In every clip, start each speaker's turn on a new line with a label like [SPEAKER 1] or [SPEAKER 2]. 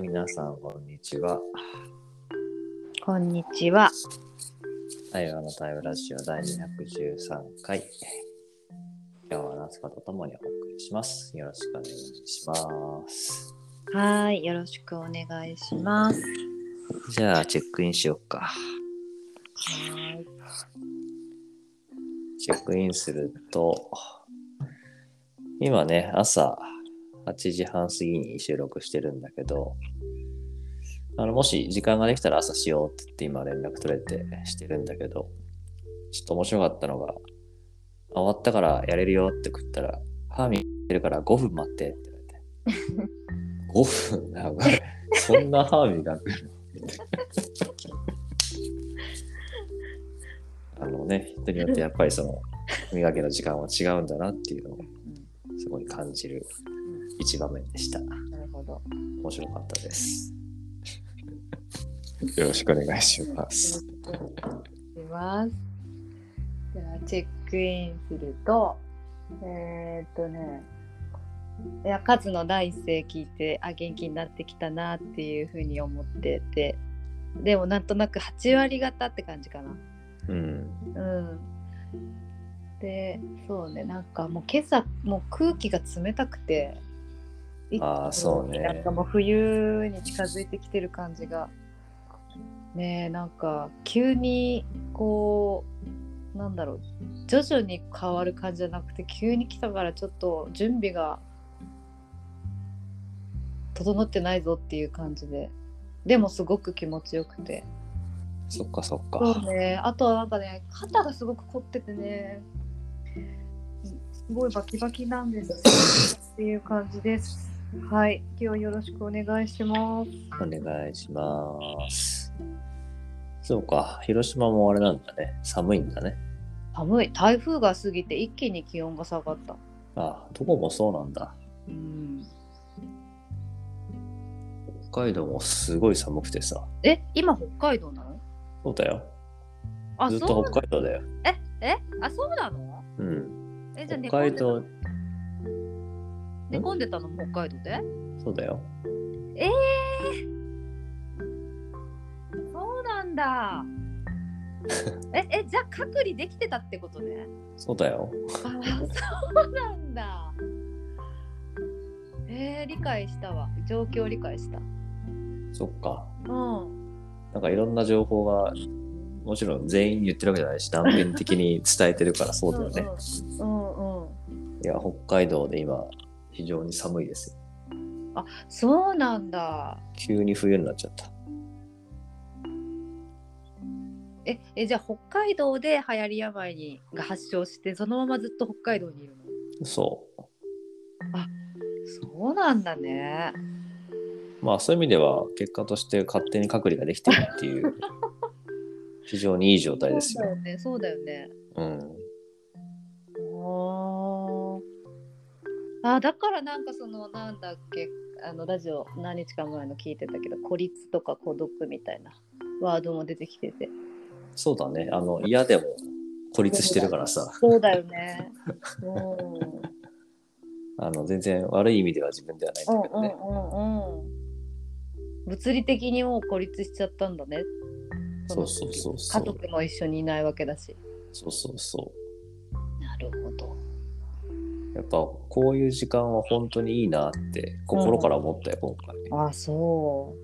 [SPEAKER 1] 皆さん、こんにちは。
[SPEAKER 2] こんにちは。
[SPEAKER 1] 対話の対話ラジオ第213回。今日は夏子とともにお送りします。よろしくお願いします。
[SPEAKER 2] はーい、よろしくお願いします。
[SPEAKER 1] じゃあ、チェックインしよっか。
[SPEAKER 2] はい。
[SPEAKER 1] チェックインすると、今ね、朝8時半過ぎに収録してるんだけど、あのもし時間ができたら朝しようって言って今連絡取れてしてるんだけど、ちょっと面白かったのが、あ終わったからやれるよって食ったら、歯磨いてるから5分待ってって言われて。5分長い。そんな歯磨くのみたいなあのね、人によってやっぱりその、歯磨きの時間は違うんだなっていうのをすごい感じる一場面でした。
[SPEAKER 2] なるほど。
[SPEAKER 1] 面白かったです。よろしくお願いしま
[SPEAKER 2] し
[SPEAKER 1] す。
[SPEAKER 2] ます。じゃあチェックインすると、えー、っとね、いやカズの第一声聞いてあ元気になってきたなっていうふうに思ってて、でもなんとなく8割方って感じかな。
[SPEAKER 1] うん。
[SPEAKER 2] うん。で、そうね、なんかもう今朝もう空気が冷たくて、一気に
[SPEAKER 1] あーそうね
[SPEAKER 2] なんかもう冬に近づいてきてる感じが、ねえ、なんか急にこう、なんだろう、徐々に変わる感じじゃなくて、急に来たからちょっと準備が整ってないぞっていう感じで、でもすごく気持ちよくて。
[SPEAKER 1] そっかそっか。
[SPEAKER 2] そうね。あとはなんかね、肩がすごく凝っててね、すごいバキバキなんです。 っていう感じです。はい。今日よろしくお願いします。
[SPEAKER 1] お願いします。そうか、広島もあれなんだね。寒いんだね。
[SPEAKER 2] 寒い。台風が過ぎて一気に気温が下がった。
[SPEAKER 1] あ、どこもそうなんだ。
[SPEAKER 2] うん。
[SPEAKER 1] 北海道もすごい寒くてさ。
[SPEAKER 2] え、今北海道なの
[SPEAKER 1] そうだよ。
[SPEAKER 2] あ、
[SPEAKER 1] ずっ
[SPEAKER 2] そう
[SPEAKER 1] と
[SPEAKER 2] なの
[SPEAKER 1] 北海道だよ。
[SPEAKER 2] え、え、あ、そうなの
[SPEAKER 1] うん。
[SPEAKER 2] え、じゃあ寝
[SPEAKER 1] 北
[SPEAKER 2] 込ん
[SPEAKER 1] 海
[SPEAKER 2] でた
[SPEAKER 1] 道、
[SPEAKER 2] 寝込んでたの北海道で
[SPEAKER 1] そうだよ。
[SPEAKER 2] ええー、そうなん だ。え、え、じゃあ隔離できてたってことね。
[SPEAKER 1] そうだよ。
[SPEAKER 2] あそうなんだ。えー、理解したわ。状況理解した。
[SPEAKER 1] そっか。
[SPEAKER 2] うん。
[SPEAKER 1] なんかいろんな情報が、もちろん全員言ってるわけじゃないし、断片的に伝えてるから そうだよね。
[SPEAKER 2] うんうん。うんうん。
[SPEAKER 1] いや、北海道で今、非常に寒いですよ。
[SPEAKER 2] そうなんだ。
[SPEAKER 1] 急に冬になっちゃった。
[SPEAKER 2] え、え、じゃあ北海道で流行り病にが発症して、そのままずっと北海道にいるの
[SPEAKER 1] そ
[SPEAKER 2] そうなんだね。
[SPEAKER 1] う。まあそういう意味では、結果として勝手に隔離ができてるって いう、非常にいい状態です
[SPEAKER 2] そうだ
[SPEAKER 1] よ。
[SPEAKER 2] よね。そうだよね。
[SPEAKER 1] うん。
[SPEAKER 2] おーあだからなんかそのなんだっけあのラジオ何日か前の聞いてたけど孤立とか孤独みたいなワードも出てきてて
[SPEAKER 1] そうだね。あの、嫌でも孤立してるからさ、
[SPEAKER 2] そうだよ ねうん
[SPEAKER 1] あの、全然悪い意味では自分ではないん
[SPEAKER 2] うん
[SPEAKER 1] だけど
[SPEAKER 2] うん
[SPEAKER 1] ね。
[SPEAKER 2] うんうん物理的にもう孤立しちゃったんだね
[SPEAKER 1] そうそうそうそ
[SPEAKER 2] 家
[SPEAKER 1] う。
[SPEAKER 2] 族も一緒にいないわけだし
[SPEAKER 1] そうそうそ
[SPEAKER 2] なるほど
[SPEAKER 1] う。やっぱこういう時間は本当にいいなって心から思ったよ、今回。
[SPEAKER 2] あそ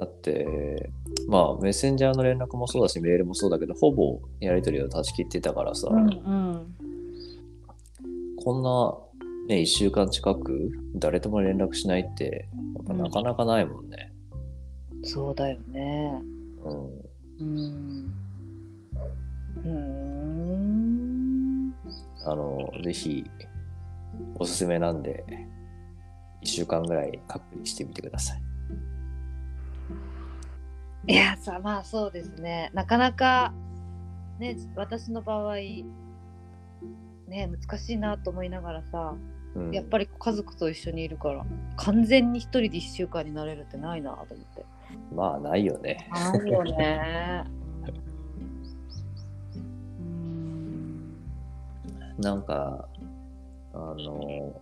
[SPEAKER 1] だって、まあ、メッセンジャーの連絡もそうだし、メールもそうだけど、ほぼやり取りを断ち切ってたからさ、
[SPEAKER 2] ううんうん
[SPEAKER 1] こんな、ね、1週間近く、誰とも連絡しないって、やっぱなかなかないもんね。
[SPEAKER 2] そうだよね
[SPEAKER 1] うん。
[SPEAKER 2] うん。うーん。
[SPEAKER 1] あの、ぜひ、おすすめなんで、1週間ぐらい隔離してみてください。
[SPEAKER 2] いやさまあそうですねなかなかね私の場合ね難しいなと思いながらさ
[SPEAKER 1] うん、
[SPEAKER 2] やっぱり家族と一緒にいるから完全に一人で1週間になれるってないなと思って。
[SPEAKER 1] まあ、ないよね。
[SPEAKER 2] あるよね。うん
[SPEAKER 1] なんか、あの、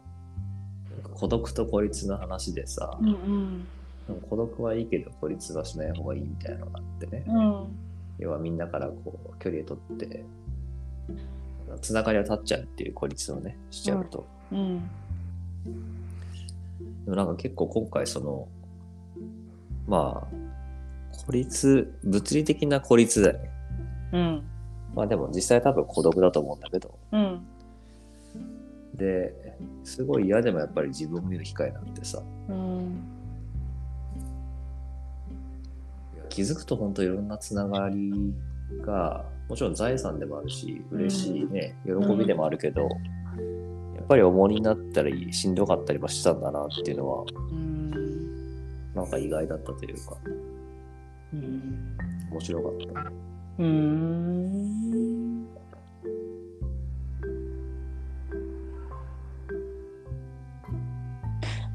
[SPEAKER 1] 孤独と孤立の話でさ、
[SPEAKER 2] うんうん
[SPEAKER 1] でも孤独はいいけど孤立はしない方がいいみたいなのがあってね、
[SPEAKER 2] うん
[SPEAKER 1] 要はみんなからこう距離を取ってつながりを立っちゃうっていう孤立をねしちゃうと、
[SPEAKER 2] うん
[SPEAKER 1] でもなんか結構今回そのまあ孤立物理的な孤立だよね
[SPEAKER 2] うん
[SPEAKER 1] まあでも実際多分孤独だと思うんだけど
[SPEAKER 2] うん
[SPEAKER 1] ですごい嫌でもやっぱり自分を見る機会なんてさ
[SPEAKER 2] うん
[SPEAKER 1] いや気づくと本当いろんなつながりがもちろん財産でもあるし
[SPEAKER 2] うん
[SPEAKER 1] 嬉しいね、喜びでもあるけど、やっぱり重荷になったりしんどかったりもしてたんだなっていうのは
[SPEAKER 2] うん
[SPEAKER 1] なんか意外だったというか
[SPEAKER 2] うん
[SPEAKER 1] 面白かった
[SPEAKER 2] うん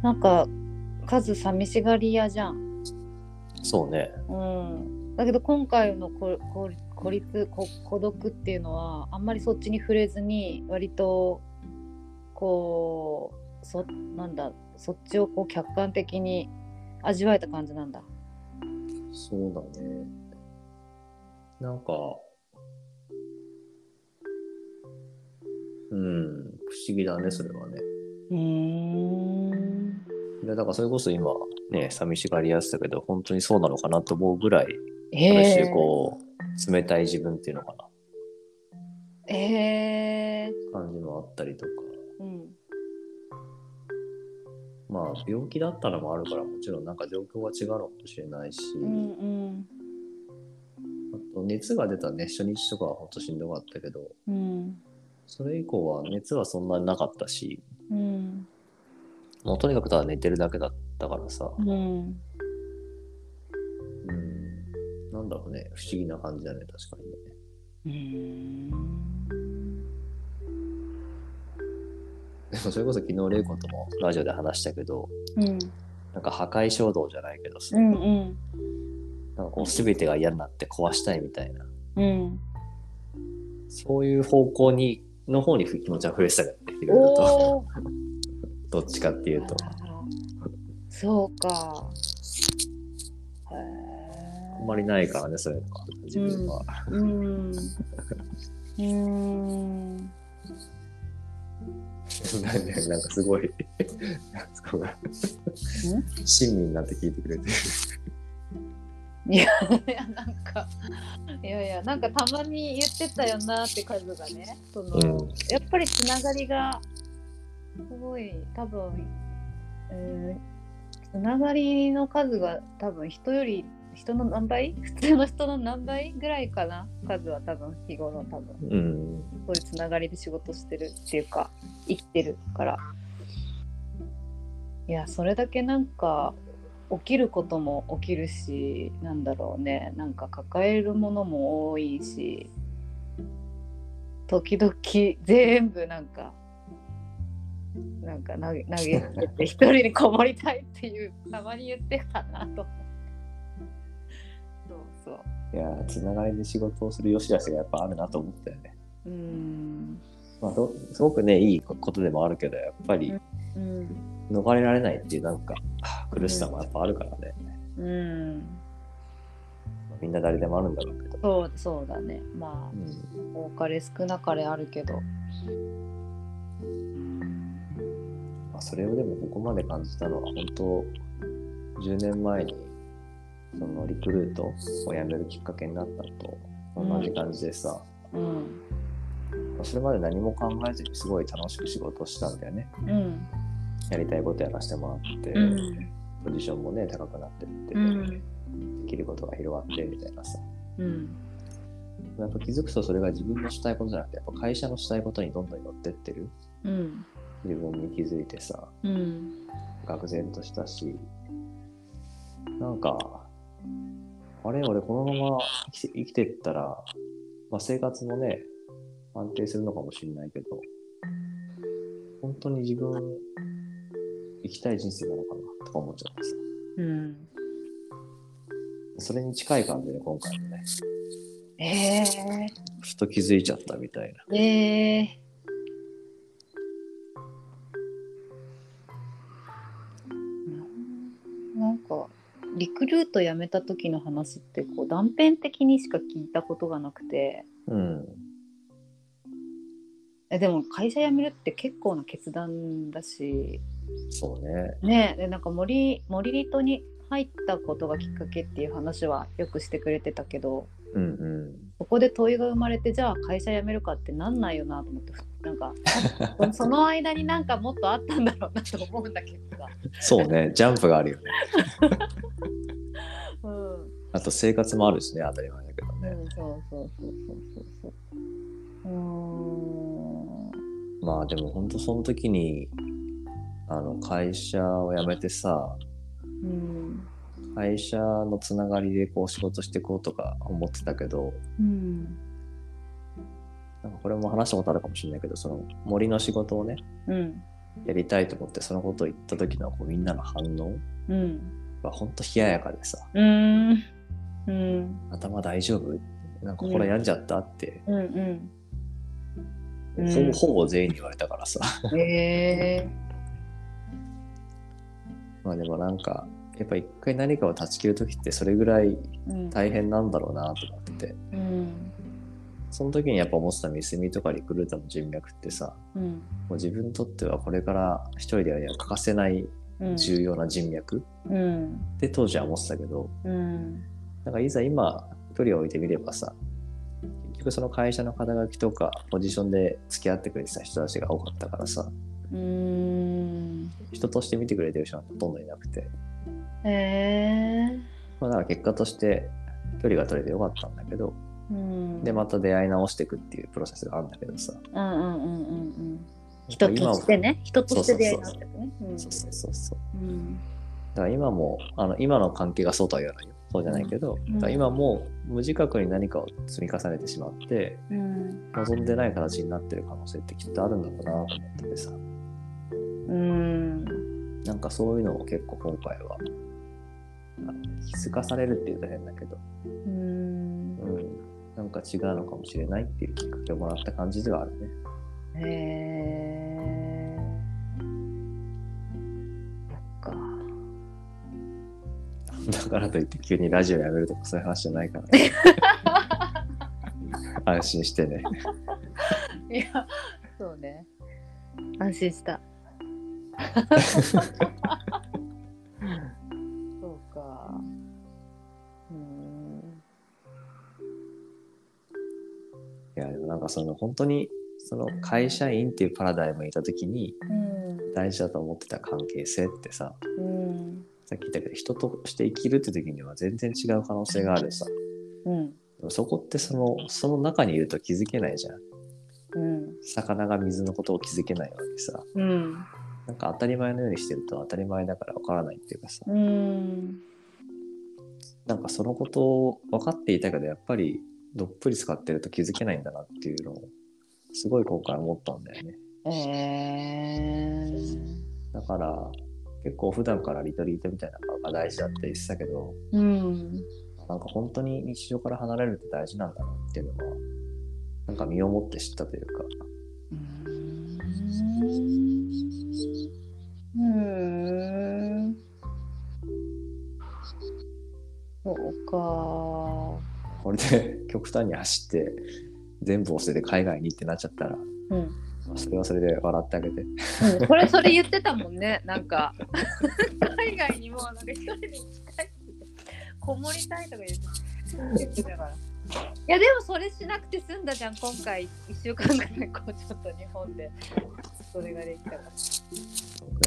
[SPEAKER 2] なんかカズ寂しがり屋じゃん。
[SPEAKER 1] そうね
[SPEAKER 2] うん、だけど今回のここ孤立こ孤独っていうのはあんまりそっちに触れずに割とこうそなんだそっちをこう客観的に味わえた感じなんだ。
[SPEAKER 1] そうだねなんかうん不思議だねそれはね
[SPEAKER 2] うん
[SPEAKER 1] いやだからそれこそ今ね寂しがりやすだけど本当にそうなのかなと思うぐらい
[SPEAKER 2] へ
[SPEAKER 1] ある種
[SPEAKER 2] え
[SPEAKER 1] こう冷たい自分っていうのか
[SPEAKER 2] へえ
[SPEAKER 1] な感じもあったりとか
[SPEAKER 2] うん
[SPEAKER 1] まあ病気だったのもあるからもちろんなんか状況は違うのかもしれないし、
[SPEAKER 2] うんうん
[SPEAKER 1] あと熱が出たね初日とかはほんとしんどかったけど
[SPEAKER 2] うん
[SPEAKER 1] それ以降は熱はそんなになかったし
[SPEAKER 2] うん
[SPEAKER 1] もうとにかくただ寝てるだけだったからさ、
[SPEAKER 2] うん
[SPEAKER 1] うん、なんだろうね不思議な感じだね確かにね
[SPEAKER 2] うん
[SPEAKER 1] でもそれこそ昨日玲子ともラジオで話したけど
[SPEAKER 2] うん
[SPEAKER 1] なんか破壊衝動じゃないけどさ、
[SPEAKER 2] うんうん
[SPEAKER 1] なんかこう全てが嫌になって壊したいみたいな
[SPEAKER 2] うん
[SPEAKER 1] そういう方向にの方に気持ちは触れてたからねいろいろと
[SPEAKER 2] おお
[SPEAKER 1] どっちかっていうと
[SPEAKER 2] そうか。へ
[SPEAKER 1] あ
[SPEAKER 2] え
[SPEAKER 1] んまりないからねそういうのが自分は、
[SPEAKER 2] うん。うーん。
[SPEAKER 1] なんでなんかすごいなんかすごい親身になって聞いてくれて
[SPEAKER 2] いや、なんか、いやいや、なんかたまに言ってたよなって数がね、その、
[SPEAKER 1] うん
[SPEAKER 2] やっぱりつながりが、すごい、多分、えーつながりの数が多分人より、人の何倍 普通の人の何倍ぐらいかな数は多分日頃多分。
[SPEAKER 1] うん
[SPEAKER 2] そういうつながりで仕事してるっていうか生きてるからいやそれだけなんか起きることも起きるしなんだろうねなんか抱えるものも多いし時々全部なんかなんか投げ投げつけて一人にこもりたいっていうたまに言ってたなと思って そうそう
[SPEAKER 1] いやーつながりで仕事をする良し悪しがやっぱあるなと思ったよね、
[SPEAKER 2] うーん
[SPEAKER 1] まあ、どすごくねいいことでもあるけどやっぱり
[SPEAKER 2] うん
[SPEAKER 1] 逃れられないっていうなんかはあ苦しさもやっぱあるからね、
[SPEAKER 2] うん
[SPEAKER 1] みんな誰でもあるんだろうけど、
[SPEAKER 2] そうそうだねま
[SPEAKER 1] う
[SPEAKER 2] あ
[SPEAKER 1] ん
[SPEAKER 2] 多かれ少なかれあるけど
[SPEAKER 1] まあ、それをでもここまで感じたのは本当10年前にそのリクルートを辞めるきっかけになったのと同じ感じでさ、
[SPEAKER 2] うん
[SPEAKER 1] まあそれまで何も考えずにすごい楽しく仕事をしたんだよね
[SPEAKER 2] うん
[SPEAKER 1] やりたいことやらせてもらって、
[SPEAKER 2] うん
[SPEAKER 1] ポジションもね高くなってって、
[SPEAKER 2] うん
[SPEAKER 1] できることが広がってみたいなさ
[SPEAKER 2] うん
[SPEAKER 1] やっぱ気づくとそれが自分のしたいことじゃなくてやっぱ会社のしたいことにどんどん寄ってってる
[SPEAKER 2] うん
[SPEAKER 1] 自分に気づいてさ
[SPEAKER 2] うん
[SPEAKER 1] 愕然としたし、なんか、あれ、俺このまま生きて生きてったら、まあ、生活もね、安定するのかもしれないけど、本当に自分、生きたい人生なのかなとか思っちゃってさ。
[SPEAKER 2] うん
[SPEAKER 1] それに近い感じで今回もね、
[SPEAKER 2] え
[SPEAKER 1] ふと気づいちゃったみたいな。
[SPEAKER 2] ー、えー、なんかリクルート辞めた時の話ってこう断片的にしか聞いたことがなくて
[SPEAKER 1] うん。
[SPEAKER 2] えでも会社辞めるって結構な決断だし
[SPEAKER 1] そうね。
[SPEAKER 2] ねでなんか森森リトに入ったことがきっかけっていう話はよくしてくれてたけど
[SPEAKER 1] うんうん。
[SPEAKER 2] そこで問いが生まれてじゃあ会社辞めるかってなんないよなと思ってなんかその 間になんかもっとあったんだろうなと思うんだけどさ、
[SPEAKER 1] そうね。ジャンプがあるよね。
[SPEAKER 2] うん、
[SPEAKER 1] あと生活もあるしね、当たり前だけど
[SPEAKER 2] う
[SPEAKER 1] ね。
[SPEAKER 2] ん、そうそうそうそうそうそう。う
[SPEAKER 1] まあでも本当その時に、あの会社を辞めてさ、
[SPEAKER 2] ーん。うん。
[SPEAKER 1] 会社のつながりでこう仕事していこうとか思ってたけど、
[SPEAKER 2] うん。
[SPEAKER 1] なんかこれも話したことあるかもしれないけど、その森の仕事をね、
[SPEAKER 2] うん。
[SPEAKER 1] やりたいと思ってそのことを言った時のこうみんなの反応
[SPEAKER 2] うん。
[SPEAKER 1] が本当冷ややかでさ、
[SPEAKER 2] うん。うん。
[SPEAKER 1] 頭大丈夫なんかこれ病んじゃったって、
[SPEAKER 2] うん。うん
[SPEAKER 1] ほぼほぼ全員に言われたからさ。
[SPEAKER 2] うん。ええ
[SPEAKER 1] まあでもなんか、やっぱ一回何かを断ち切る時ってそれぐらい
[SPEAKER 2] ー。うん。
[SPEAKER 1] 大変なんだろうなと思ってて、
[SPEAKER 2] うん。
[SPEAKER 1] その時にやっぱ思ってたミスミとかリクルーターの人脈ってさ、
[SPEAKER 2] うん。
[SPEAKER 1] もう自分にとってはこれから一人では欠かせない
[SPEAKER 2] うん。
[SPEAKER 1] 重要な人脈
[SPEAKER 2] うん。
[SPEAKER 1] って当時は思ってたけど、
[SPEAKER 2] うん。
[SPEAKER 1] なんかいざ今距離を置いてみればさ結局その会社の肩書きとかポジションで付き合ってくれてた人たちが多かったからさ
[SPEAKER 2] うん。
[SPEAKER 1] 人として見てくれてる人はほとんどいなくて、
[SPEAKER 2] ええ
[SPEAKER 1] まあ、なんか結果として距離が取れてよかったんだけど
[SPEAKER 2] ー。うん。
[SPEAKER 1] でまた出会い直していくっていうプロセスがあるんだけどさ
[SPEAKER 2] うんうんうんうんうん。人と
[SPEAKER 1] 今も
[SPEAKER 2] してね。人として出会いがあったね。
[SPEAKER 1] そうそうそうそう
[SPEAKER 2] うん。
[SPEAKER 1] だから今もあの今の関係がそうとは言わないよそうじゃないけど、
[SPEAKER 2] ん
[SPEAKER 1] だから今も無自覚に何かを積み重ねてしまって
[SPEAKER 2] うん。
[SPEAKER 1] 望んでない形になってる可能性ってきっとあるんだろうなと思っててさ
[SPEAKER 2] うん。
[SPEAKER 1] なんかそういうのを結構今回は、あの気づかされるっていうと変だけど、
[SPEAKER 2] う
[SPEAKER 1] う
[SPEAKER 2] ん。
[SPEAKER 1] ん、なんか違うのかもしれないっていうきっかけをもらった感じではあるね。
[SPEAKER 2] へえ。そっか。
[SPEAKER 1] だからといって急にラジオやめるとかそういう話じゃないからね。安心してね。
[SPEAKER 2] いや、そうね。安心した。そうか。うーん。
[SPEAKER 1] いや、でもなんかその本当に、その会社員っていうパラダイムにいた時に大事だと思ってた関係性ってさ、
[SPEAKER 2] うん。
[SPEAKER 1] さっき言ったけど人として生きるって時には全然違う可能性があるさ。
[SPEAKER 2] うん。
[SPEAKER 1] でもそこってその、その中にいると気づけないじゃん。
[SPEAKER 2] うん。
[SPEAKER 1] 魚が水のことを気づけないわけさ
[SPEAKER 2] うん。
[SPEAKER 1] なんか当たり前のようにしてると当たり前だからわからないっていうかさ
[SPEAKER 2] うん。
[SPEAKER 1] なんかそのことを分かっていたけどやっぱりどっぷり使ってると気づけないんだなっていうのをすごい今回思ったんだよね
[SPEAKER 2] ええ
[SPEAKER 1] だから結構普段からリトリートみたいなのが大事だって言ってたけど
[SPEAKER 2] うん。
[SPEAKER 1] なんか本当に日常から離れるって大事なんだなっていうのはなんか身をもって知ったというか
[SPEAKER 2] うーん。うーんそうか。
[SPEAKER 1] これで 極端に走って全部を捨てて海外にってなっちゃったら
[SPEAKER 2] うん。
[SPEAKER 1] まあそれはそれで笑ってあげて
[SPEAKER 2] うんこれそれ言ってたもんね。なんか海外にもうなんか一人で行きたいってこもりたいとか言って言ってたから。いやでもそれしなくて済んだじゃん今回1週間ぐらいこうちょっと日本でそれができたから
[SPEAKER 1] ね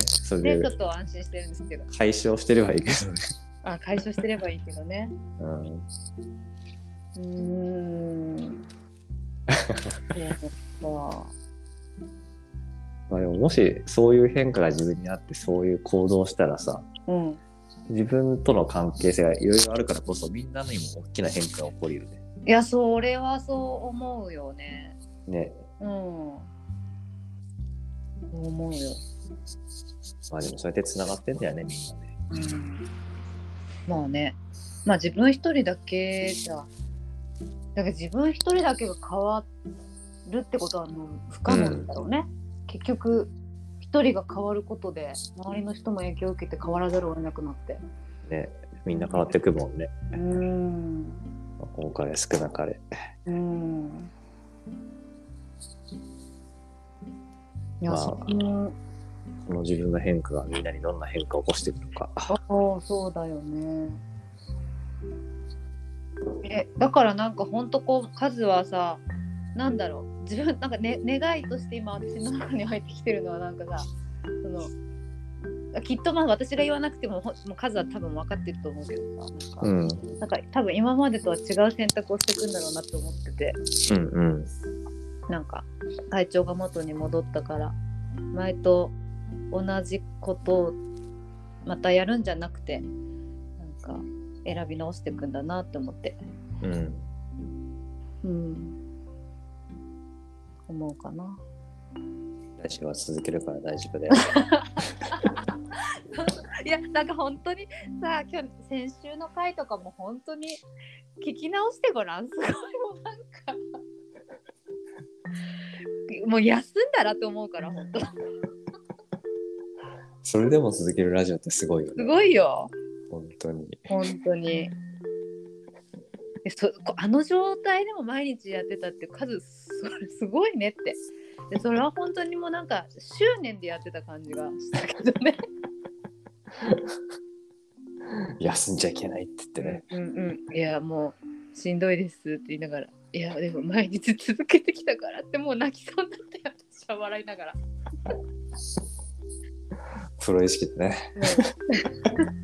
[SPEAKER 1] それ
[SPEAKER 2] でちょ
[SPEAKER 1] で
[SPEAKER 2] っと安心してるんですけど
[SPEAKER 1] 解消してればいいけどね。
[SPEAKER 2] あ解消してればいいけどね
[SPEAKER 1] うん、
[SPEAKER 2] うーん。 そ
[SPEAKER 1] まあでももしそういう変化が自分にあってそういう行動をしたらさ
[SPEAKER 2] う。うん。
[SPEAKER 1] 自分との関係性がいろいろあるからこそみんなにも大きな変化が起こるよね。
[SPEAKER 2] いや、それはそう思うよね。
[SPEAKER 1] ね
[SPEAKER 2] うん。そう思うよ。
[SPEAKER 1] まあでもそうやってつながってんだよねみんなね。
[SPEAKER 2] うん。まあね。まあ自分一人だけじゃ。だから自分一人だけが変わるってことはもう不可能だろうね。結局、一人が変わることで、周りの人も影響を受けて変わらざるを得なくなって。
[SPEAKER 1] ねみんな変わってくもんね。
[SPEAKER 2] うん。
[SPEAKER 1] 多かれ少なかれ。
[SPEAKER 2] うん。いや、
[SPEAKER 1] まあ
[SPEAKER 2] その
[SPEAKER 1] この自分の変化がみんなにどんな変化を起こしていくのか。
[SPEAKER 2] ああそうだよね。えだからなんかほんとこう数はさなんだろう自分なんか、ね、願いとして今私の中に入ってきてるのはなんかさそのきっとまあ私が言わなくてもほもう数は多分分かってると思うけどさなんか,、
[SPEAKER 1] うん。
[SPEAKER 2] なんか多分今までとは違う選択をしていくんだろうなって思ってて
[SPEAKER 1] うんうん。
[SPEAKER 2] なんか体調が元に戻ったから前と同じことをまたやるんじゃなくてなんか選び直していくんだなって思って、
[SPEAKER 1] うん。
[SPEAKER 2] うん、思うかな。
[SPEAKER 1] 来週は続けるから大丈夫だ よ。
[SPEAKER 2] いやなんか本当にさ今日先週の回とかも本当に聞き直してごらんすごいもうなんか もう休んだらと思うから本当す
[SPEAKER 1] それでも続けるラジオってすごいよね。
[SPEAKER 2] ごいよ。
[SPEAKER 1] 本当に。
[SPEAKER 2] 本当に。えそこあの状態でも毎日やってたって数それすごいねってでそれは本当にもうなんか執念でやってた感じがしたけどね。
[SPEAKER 1] 休んじゃいけないって言ってね。
[SPEAKER 2] うんうん、いやもうしんどいですって言いながらいやでも毎日続けてきたからってもう泣きそうになって私は笑いながら。
[SPEAKER 1] プロ意識でね。
[SPEAKER 2] ね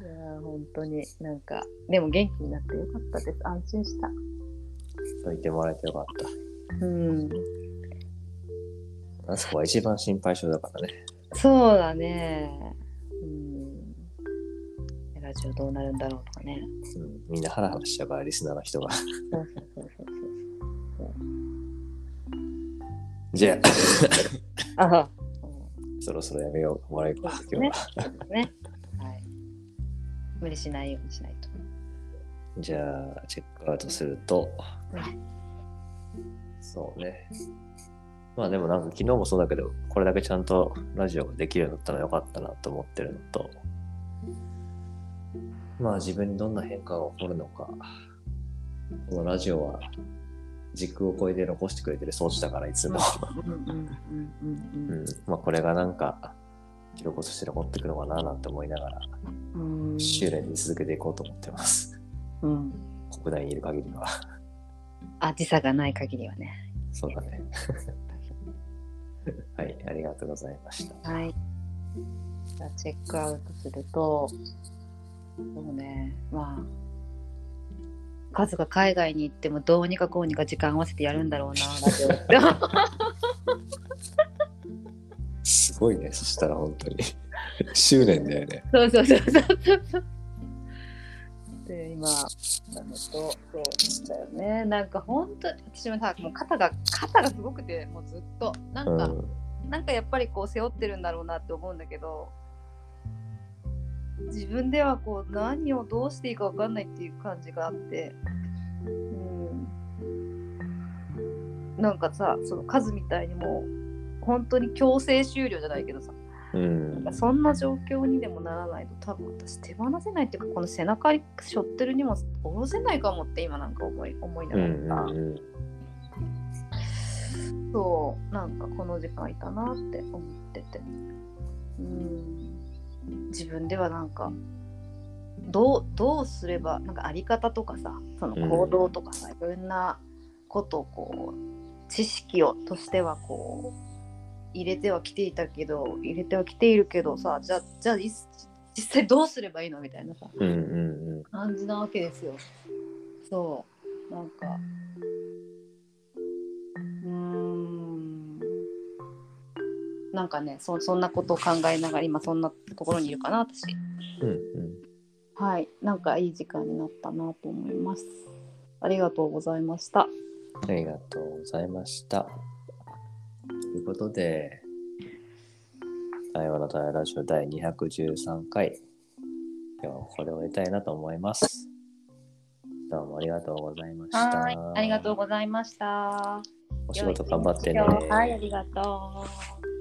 [SPEAKER 2] いや本当になんかでも元気になってよかったです安心した。
[SPEAKER 1] そう言ってもらえてよかった。
[SPEAKER 2] うん
[SPEAKER 1] あそこは一番心配性だからね。
[SPEAKER 2] そうだね。うん。ラジオどうなるんだろうとかね。
[SPEAKER 1] うん、みんなハラハラしちゃうから、リスナーの人が。
[SPEAKER 2] そうそうそうそうそう。
[SPEAKER 1] じゃあ、
[SPEAKER 2] ああ。
[SPEAKER 1] そろそろやめよう。笑い声
[SPEAKER 2] そうです
[SPEAKER 1] 今日
[SPEAKER 2] ね
[SPEAKER 1] は。。
[SPEAKER 2] そうですね。はい。無理しないようにしないと。
[SPEAKER 1] じゃあ、チェックアウトすると
[SPEAKER 2] う、
[SPEAKER 1] そうね。まあでもなんか昨日もそうだけど、これだけちゃんとラジオができるようになったのは良かったなと思ってるのと、まあ自分にどんな変化が起こるのか、このラジオは時空を超えて残してくれてる装置だからいつも、
[SPEAKER 2] うんうん
[SPEAKER 1] うんまあこれがなんか記録として残ってくのかななんて思いながら、
[SPEAKER 2] うんうん。うん。
[SPEAKER 1] 修練に続けていこうと思ってます。
[SPEAKER 2] うん。
[SPEAKER 1] 国内にいる限りは。
[SPEAKER 2] あ、時差がない限りはね。
[SPEAKER 1] そうだね。 はい、ありがとうございました。
[SPEAKER 2] はい。じゃあチェックアウトすると、そうね、まあ、カズが海外に行ってもどうにかこうにか時間合わせてやるんだろうな、ラジオって。
[SPEAKER 1] すごいね、そしたら本当に。執念だよね。
[SPEAKER 2] そうそうそうそうそう。で今なのとそうだよねなんか本当私もさもう肩が肩がすごくてもうずっとなん
[SPEAKER 1] う
[SPEAKER 2] か、
[SPEAKER 1] ん。
[SPEAKER 2] なんかやっぱりこう背負ってるんだろうなって思うんだけど自分ではこう何をどうしていいか分かんないっていう感じがあって、うん、なんかさその数みたいにもう本当に強制終了じゃないけどさ
[SPEAKER 1] うん。
[SPEAKER 2] そんな状況にでもならないと多分私手放せないっていうかこの背中に背負ってる荷物下ろせないかもって今なんか思い思いな
[SPEAKER 1] う
[SPEAKER 2] がら、
[SPEAKER 1] んうん
[SPEAKER 2] そうなんかこの時間いたなって思っててうん自分ではなんかどうどうすればなんかあり方とかさその行動とかさ、いろんなことをこう知識をとしてはこう入れてはきていたけど入れてはきているけどさじゃあじゃあい実際どうすればいいのみたいなさ
[SPEAKER 1] うんうんうん
[SPEAKER 2] 感じなわけですよ。そう。なんか。うーん。なんかねそ、そんなことを考えながら、今そんなところにいるかな、私。
[SPEAKER 1] うんうん
[SPEAKER 2] はい。なんかいい時間になったなと思います。ありがとうございました。
[SPEAKER 1] ありがとうございました。ということで、台湾の台湾ラジオ第213回、今日はこれを終えたいなと思います。どうもありがとうございました。
[SPEAKER 2] ありがとうございました。
[SPEAKER 1] お仕事頑張ってね。
[SPEAKER 2] 良い一日をはい、ありがとう。